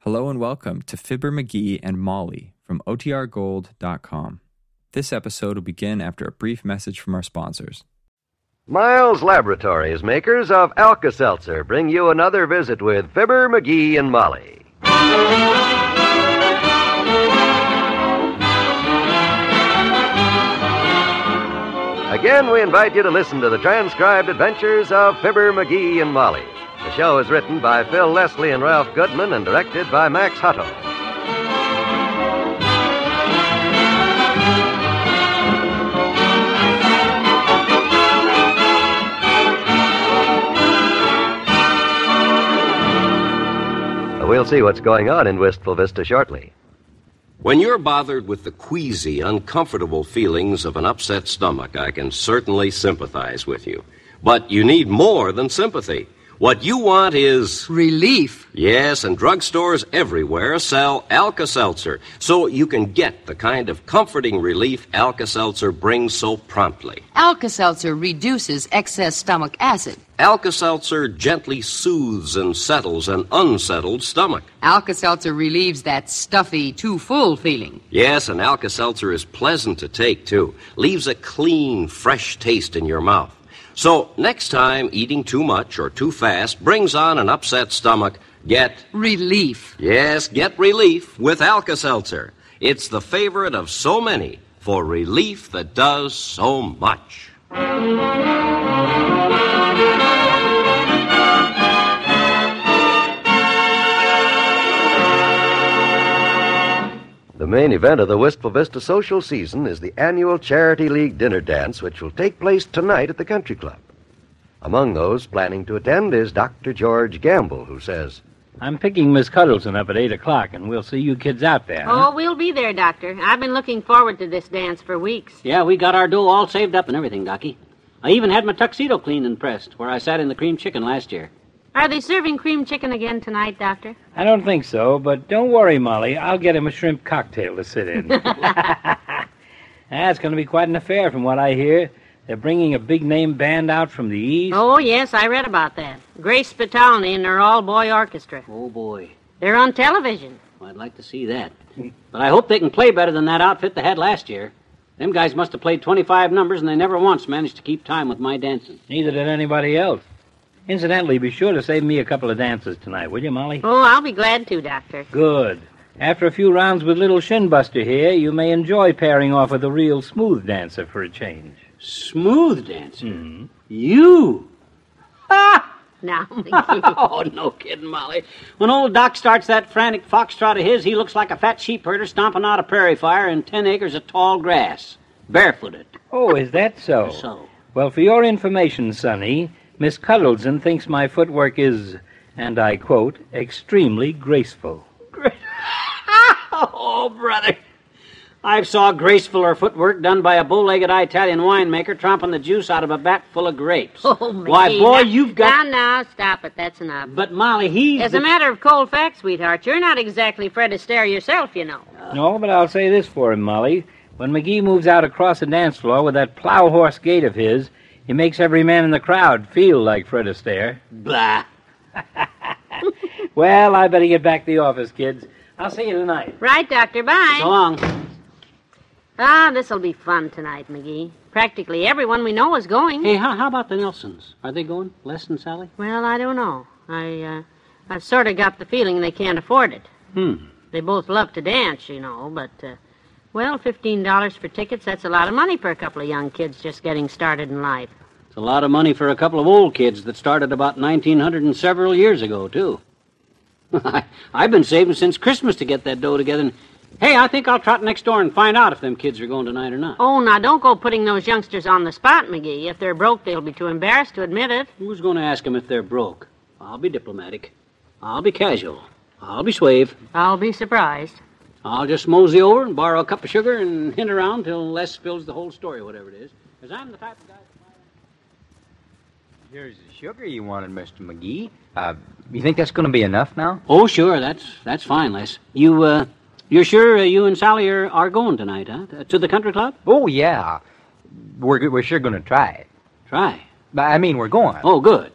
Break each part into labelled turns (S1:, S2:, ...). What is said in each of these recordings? S1: Hello and welcome to Fibber McGee and Molly from OTRGold.com. This episode will begin after a brief message from our sponsors.
S2: Miles Laboratories, makers of Alka Seltzer, bring you another visit with Fibber, McGee, and Molly. Again, we invite you to listen to the transcribed adventures of Fibber, McGee, and Molly. The show is written by Phil Leslie and Ralph Goodman and directed by Max Hutto. We'll see what's going on in Wistful Vista shortly.
S3: When you're bothered with the queasy, uncomfortable feelings of an upset stomach, I can certainly sympathize with you. But you need more than sympathy. What you want is.
S4: Relief.
S3: Yes, and drugstores everywhere sell Alka Seltzer, so you can get the kind of comforting relief Alka Seltzer brings so promptly.
S4: Alka Seltzer reduces excess stomach acid.
S3: Alka Seltzer gently soothes and settles an unsettled stomach.
S4: Alka Seltzer relieves that stuffy, too full feeling.
S3: Yes, and Alka Seltzer is pleasant to take, too. Leaves a clean, fresh taste in your mouth. So, next time eating too much or too fast brings on an upset stomach, get.
S4: Relief.
S3: Yes, get relief with Alka Seltzer. It's the favorite of so many for relief that does so much.
S2: The main event of the Wistful Vista social season is the annual Charity League dinner dance, which will take place tonight at the country club. Among those planning to attend is Dr. George Gamble, who says,
S5: I'm picking Miss Cuddleson up at 8 o'clock, and we'll see you kids out there. huh?
S6: Oh, we'll be there, Doctor. I've been looking forward to this dance for weeks.
S7: Yeah, we got our dough all saved up and everything, Docky. I even had my tuxedo cleaned and pressed, where I sat in the cream chicken last year.
S6: Are they serving cream chicken again tonight, Doctor?
S5: I don't think so, but don't worry, Molly. I'll get him a shrimp cocktail to sit in. That's going to be quite an affair, from what I hear. They're bringing a big name band out from the East.
S6: Oh, yes, I read about that. Grace Spitali and her all boy orchestra.
S7: Oh, boy.
S6: They're on television.
S7: Well, I'd like to see that. But I hope they can play better than that outfit they had last year. Them guys must have played 25 numbers, and they never once managed to keep time with my dancing.
S5: Neither did anybody else. Incidentally, be sure to save me a couple of dances tonight, will you, Molly?
S6: Oh, I'll be glad to, Doctor.
S5: Good. After a few rounds with little Shinbuster here, you may enjoy pairing off with a real smooth dancer for a change.
S7: Smooth dancing. You!
S6: Now, McGee.
S7: Oh, no kidding, Molly. When old Doc starts that frantic foxtrot of his, he looks like a fat sheep herder stomping out a prairie fire in 10 acres of tall grass, barefooted.
S5: Oh, is that so?
S7: So.
S5: Well, for your information, Sonny, Miss Cuddleson thinks my footwork is, and I quote, extremely graceful.
S7: Oh, brother. I saw gracefuler footwork done by a bow-legged Italian winemaker tromping the juice out of a vat full of grapes.
S6: Oh,
S7: Why,
S6: McGee,
S7: boy,
S6: now-
S7: you've got...
S6: Now, now, stop it. That's enough.
S7: But, Molly, he's...
S6: As a matter of cold fact, sweetheart, you're not exactly Fred Astaire yourself, you know.
S5: No, but I'll say this for him, Molly. When McGee moves out across the dance floor with that plow horse gait of his, he makes every man in the crowd feel like Fred Astaire.
S7: Blah.
S5: Well, I better get back to the office, kids. I'll see you tonight.
S6: Right, Doctor. Bye.
S7: So long.
S6: Ah, this'll be fun tonight, McGee. Practically everyone we know is going.
S7: Hey, how, how about the Nelsons? Are they going? Les and Sally?
S6: Well, I don't know. I, uh, I've sort of got the feeling they can't afford it.
S7: Hmm.
S6: They both love to dance, you know, but, uh, well, $15 for tickets, that's a lot of money for a couple of young kids just getting started in life.
S7: It's a lot of money for a couple of old kids that started about 1900 and several years ago, too. I've been saving since Christmas to get that dough together. And, hey, I think I'll trot next door and find out if them kids are going tonight or not.
S6: Oh, now don't go putting those youngsters on the spot, McGee. If they're broke, they'll be too embarrassed to admit it.
S7: Who's going to ask them if they're broke? I'll be diplomatic. I'll be casual. I'll be suave.
S6: I'll be surprised.
S7: I'll just mosey over and borrow a cup of sugar and hint around till Les spills the whole story, whatever it is. Because I'm the type of guy.
S8: Here's the sugar you wanted, Mr. McGee. Uh, you think that's going to be enough now?
S7: Oh, sure, that's that's fine, Les. You, uh, you're sure uh, you and Sally are, are going tonight, huh? T- To the country club?
S8: Oh, yeah. We're, go- we're sure going to try it.
S7: Try.
S8: But, I mean, we're going.
S7: Oh, good.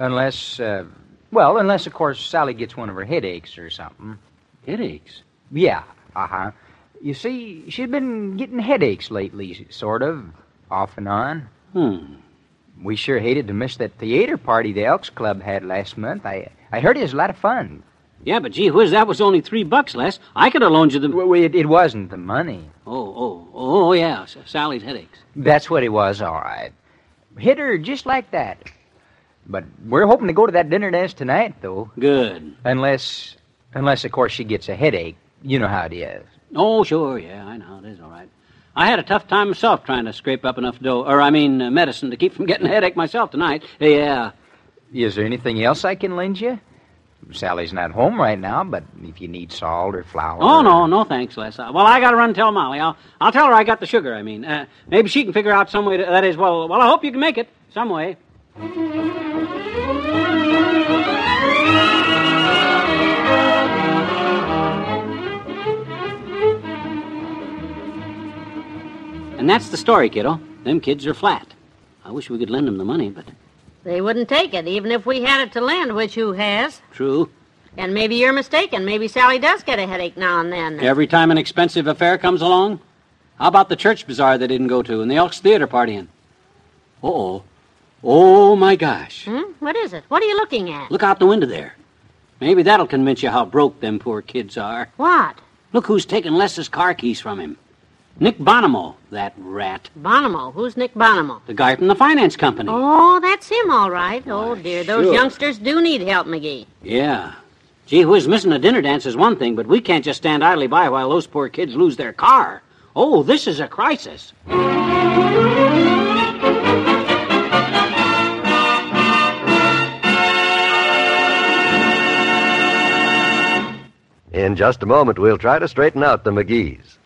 S8: Unless, uh, Well, unless, of course, Sally gets one of her headaches or something.
S7: Headaches.
S8: Yeah, uh huh. You see, she'd been getting headaches lately, sort of, off and on.
S7: Hmm.
S8: We sure hated to miss that theater party the Elks Club had last month. I I heard it was a lot of fun.
S7: Yeah, but gee whiz, that was only three bucks less. I could have loaned you the.
S8: Well, it, it wasn't the money.
S7: Oh, oh, oh, yeah, S- Sally's headaches.
S8: That's what it was, all right. Hit her just like that. But we're hoping to go to that dinner dance tonight, though.
S7: Good.
S8: Unless, unless, of course, she gets a headache. You know how it is.
S7: Oh, sure, yeah, I know how it is all right. I had a tough time myself trying to scrape up enough dough, or I mean, uh, medicine to keep from getting a headache myself tonight. Uh, Yeah.
S8: Is there anything else I can lend you? Sally's not home right now, but if you need salt or flour.
S7: Oh no, no thanks, Les. Uh, Well, I gotta run and tell Molly. I'll, I'll tell her I got the sugar. I mean, uh, maybe she can figure out some way. To, that is, well, well, I hope you can make it some way. And that's the story, kiddo. Them kids are flat. I wish we could lend them the money, but
S6: They wouldn't take it, even if we had it to lend, which who has?
S7: true.
S6: And maybe you're mistaken. Maybe Sally does get a headache now and then.
S7: Every time an expensive affair comes along? How about the church bazaar they didn't go to and the Elks Theater partying? Uh oh. Oh my gosh.
S6: Hmm? What is it? What are you looking at?
S7: Look out the window there. Maybe that'll convince you how broke them poor kids are.
S6: What?
S7: Look who's taking Les's car keys from him. Nick Bonomo, that rat.
S6: Bonomo. Who's Nick Bonomo?
S7: The guy from the finance company.
S6: Oh, that's him, all right. Oh, dear. Those
S7: sure.
S6: youngsters do need help, McGee.
S7: Yeah. Gee whiz, missing a dinner dance is one thing, but we can't just stand idly by while those poor kids lose their car. Oh, this is a crisis.
S2: In just a moment, we'll try to straighten out the McGees.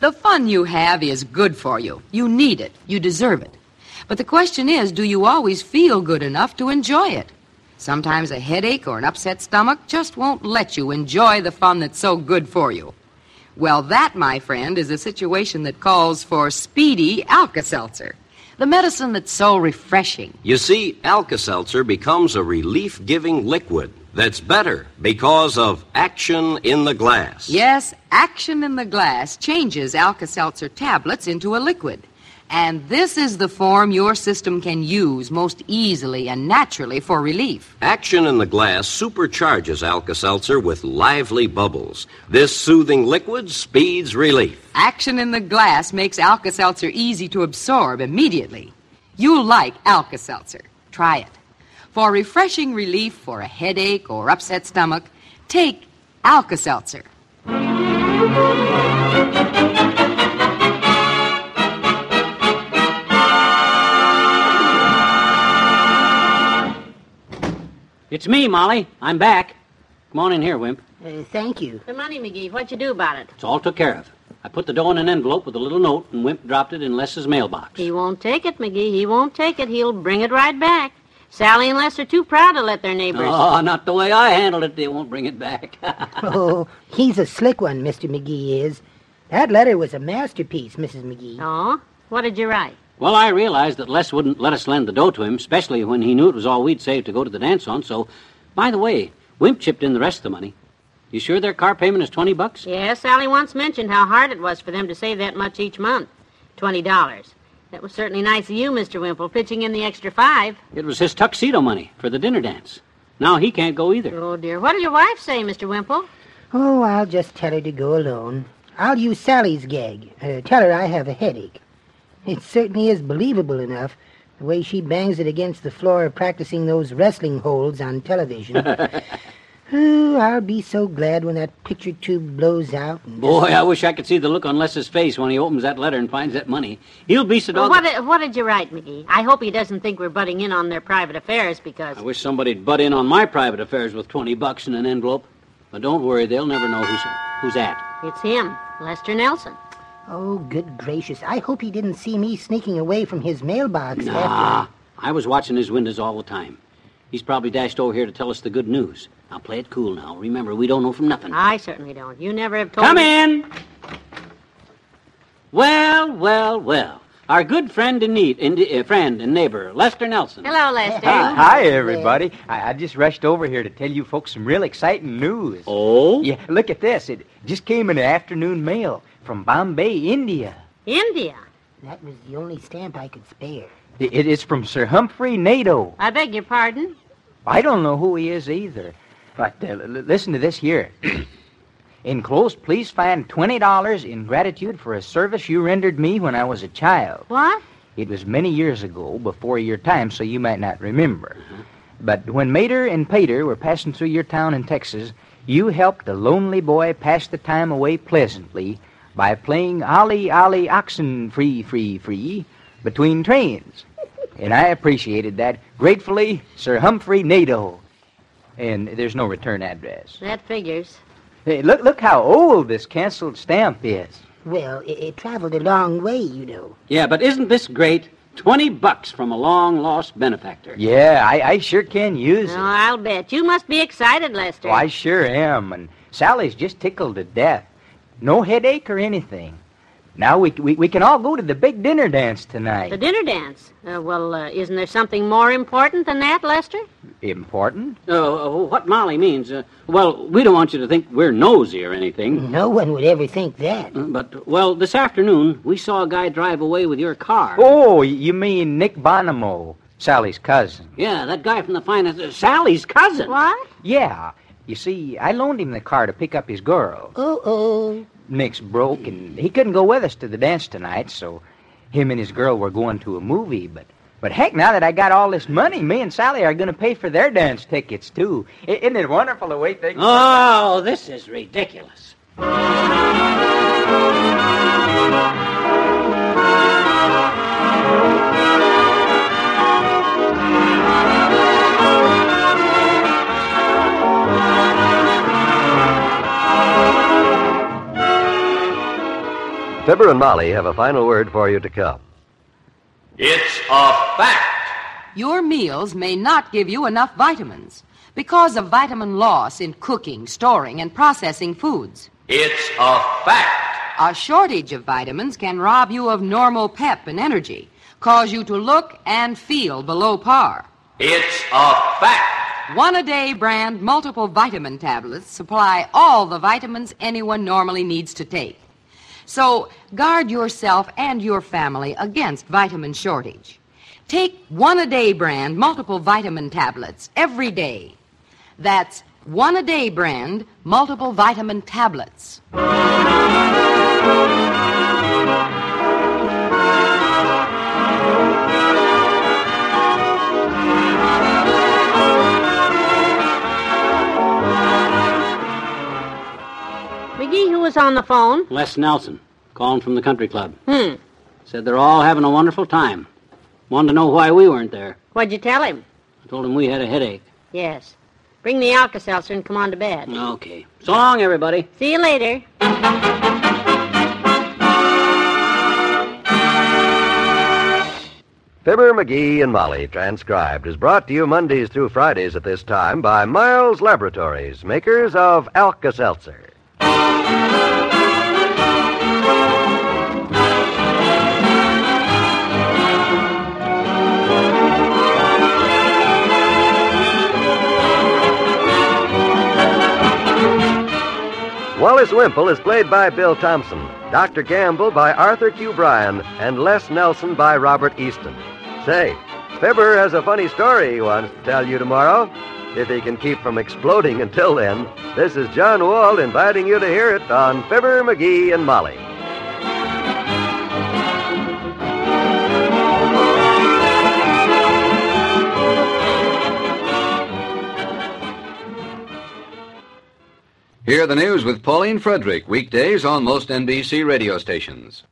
S4: The fun you have is good for you. You need it. You deserve it. But the question is do you always feel good enough to enjoy it? Sometimes a headache or an upset stomach just won't let you enjoy the fun that's so good for you. Well, that, my friend, is a situation that calls for speedy Alka Seltzer, the medicine that's so refreshing.
S3: You see, Alka Seltzer becomes a relief giving liquid that's better because of action in the glass.
S4: Yes, action in the glass changes Alka Seltzer tablets into a liquid. And this is the form your system can use most easily and naturally for relief.
S3: Action in the glass supercharges Alka Seltzer with lively bubbles. This soothing liquid speeds relief.
S4: Action in the glass makes Alka Seltzer easy to absorb immediately. You'll like Alka Seltzer. Try it. For refreshing relief for a headache or upset stomach, take Alka Seltzer.
S7: It's me, Molly. I'm back. Come on in here, Wimp.
S9: Uh, thank you.
S6: The money, McGee. What'd you do about it?
S7: It's all took care of. I put the dough in an envelope with a little note, and Wimp dropped it in Les's mailbox.
S6: He won't take it, McGee. He won't take it. He'll bring it right back. Sally and Les are too proud to let their neighbors.
S7: Oh, not the way I handled it. They won't bring it back.
S9: Oh, he's a slick one, Mr. McGee is. That letter was a masterpiece, Mrs. McGee.
S6: Aw, Oh, What did you write?
S7: well, I realized that Les wouldn't let us lend the dough to him, especially when he knew it was all we'd saved to go to the dance on. So, by the way, Wimp chipped in the rest of the money. You sure their car payment is twenty bucks?
S6: Yeah, Sally once mentioned how hard it was for them to save that much each month. Twenty dollars. That was certainly nice of you, Mr. Wimple, pitching in the extra five.
S7: It was his tuxedo money for the dinner dance. Now he can't go either.
S6: Oh dear. What'll your wife say, Mr. Wimple?
S9: Oh, I'll just tell her to go alone. I'll use Sally's gag. Uh, tell her I have a headache. It certainly is believable enough, the way she bangs it against the floor practicing those wrestling holds on television. Ooh, I'll be so glad when that picture tube blows out. and-
S7: Boy, I wish I could see the look on Les's face when he opens that letter and finds that money. He'll be so
S6: Well,
S7: dog.
S6: what, did, what did you write, McGee? I hope he doesn't think we're butting in on their private affairs because.
S7: I wish somebody'd butt in on my private affairs with twenty bucks in an envelope. But don't worry, they'll never know who's who's at.
S6: It's him, Lester Nelson.
S9: Oh, good gracious. I hope he didn't see me sneaking away from his mailbox.
S7: Nah, Ah, I was watching his windows all the time. He's probably dashed over here to tell us the good news. Now play it cool. Now remember, we don't know from nothing.
S6: I certainly don't. You never have told
S7: Come
S6: me.
S7: in. Well, well, well. our good friend and, need, and uh, friend and neighbor, Lester Nelson.
S6: Hello, Lester.
S9: Hi.
S8: Ah, Hi, everybody. I, I just rushed over here to tell you folks some real exciting news.
S7: Oh?
S8: Yeah, look at this. It just came in the afternoon mail from Bombay, India.
S6: India.
S9: That was the only stamp I could spare.
S8: I- It is from Sir Humphrey Nato.
S6: I beg your pardon.
S8: I don't know who he is either. But uh, l- l- listen to this here. Enclosed, please find $20 in gratitude for a service you rendered me when I was a child.
S6: What?
S8: It was many years ago, before your time, so you might not remember. But when Mater and Pater were passing through your town in Texas, you helped a lonely boy pass the time away pleasantly by playing Ollie Ollie Oxen Free Free Free between trains. And I appreciated that gratefully, Sir Humphrey Nato. And there's no return address.
S6: That figures.
S8: Hey, look, look how old this canceled stamp is.
S9: Well, it, it traveled a long way, you know.
S7: Yeah, but isn't this great? 20 bucks from a long lost benefactor.
S8: Yeah, I, I sure can use
S6: Oh,
S8: it.
S6: I'll bet. You must be excited, Lester.
S8: Oh, I sure am, and Sally's just tickled to death. No headache or anything. Now we, we, we can all go to the big dinner dance tonight.
S6: The dinner dance. Uh, well, uh, isn't there something more important than that, Lester?
S8: Important?
S7: Oh, uh, what Molly means, uh, well, we don't want you to think we're nosy or anything.
S9: No one would ever think that.
S7: uh, But, well, this afternoon, we saw a guy drive away with your car.
S8: Oh, you mean Nick Bonomo, Sally's cousin.
S7: Yeah, that guy from the finance. uh, Sally's cousin.
S6: What?
S8: Yeah. You see, I loaned him the car to pick up his girl.
S9: Oh, oh.
S8: Nick's broke, and he couldn't go with us to the dance tonight, so him and his girl were going to a movie. But, but heck, now that I got all this money, me and Sally are going to pay for their dance tickets, too. I- Isn't it wonderful the way things
S7: Oh, this is ridiculous.
S2: Fibber and Molly have a final word for you to come.
S3: It's a fact.
S4: Your meals may not give you enough vitamins because of vitamin loss in cooking, storing, and processing foods.
S3: It's a fact.
S4: A shortage of vitamins can rob you of normal pep and energy, cause you to look and feel below par.
S3: It's a fact.
S4: One a day brand multiple vitamin tablets supply all the vitamins anyone normally needs to take. So guard yourself and your family against vitamin shortage. Take one a day brand multiple vitamin tablets every day. That's one a day brand multiple vitamin tablets.
S6: McGee, who was on the phone?
S7: Les Nelson, calling from the country club.
S6: Hmm.
S7: Said they're all having a wonderful time. Wanted to know why we weren't there.
S6: What'd you tell him?
S7: I told him we had a headache.
S6: Yes. Bring the Alka-Seltzer and come on to bed.
S7: Okay. So long, everybody.
S6: See you later.
S2: Fibber, McGee, and Molly, transcribed, is brought to you Mondays through Fridays at this time by Miles Laboratories, makers of Alka Seltzer. Wallace Wimple is played by Bill Thompson, Dr. Gamble by Arthur Q. Bryan, and Les Nelson by Robert Easton. Say, Fibber has a funny story he wants to tell you tomorrow. If he can keep from exploding until then, this is John Wall inviting you to hear it on Fibber, McGee, and Molly.
S10: Hear the news with Pauline Frederick, weekdays on most NBC radio stations.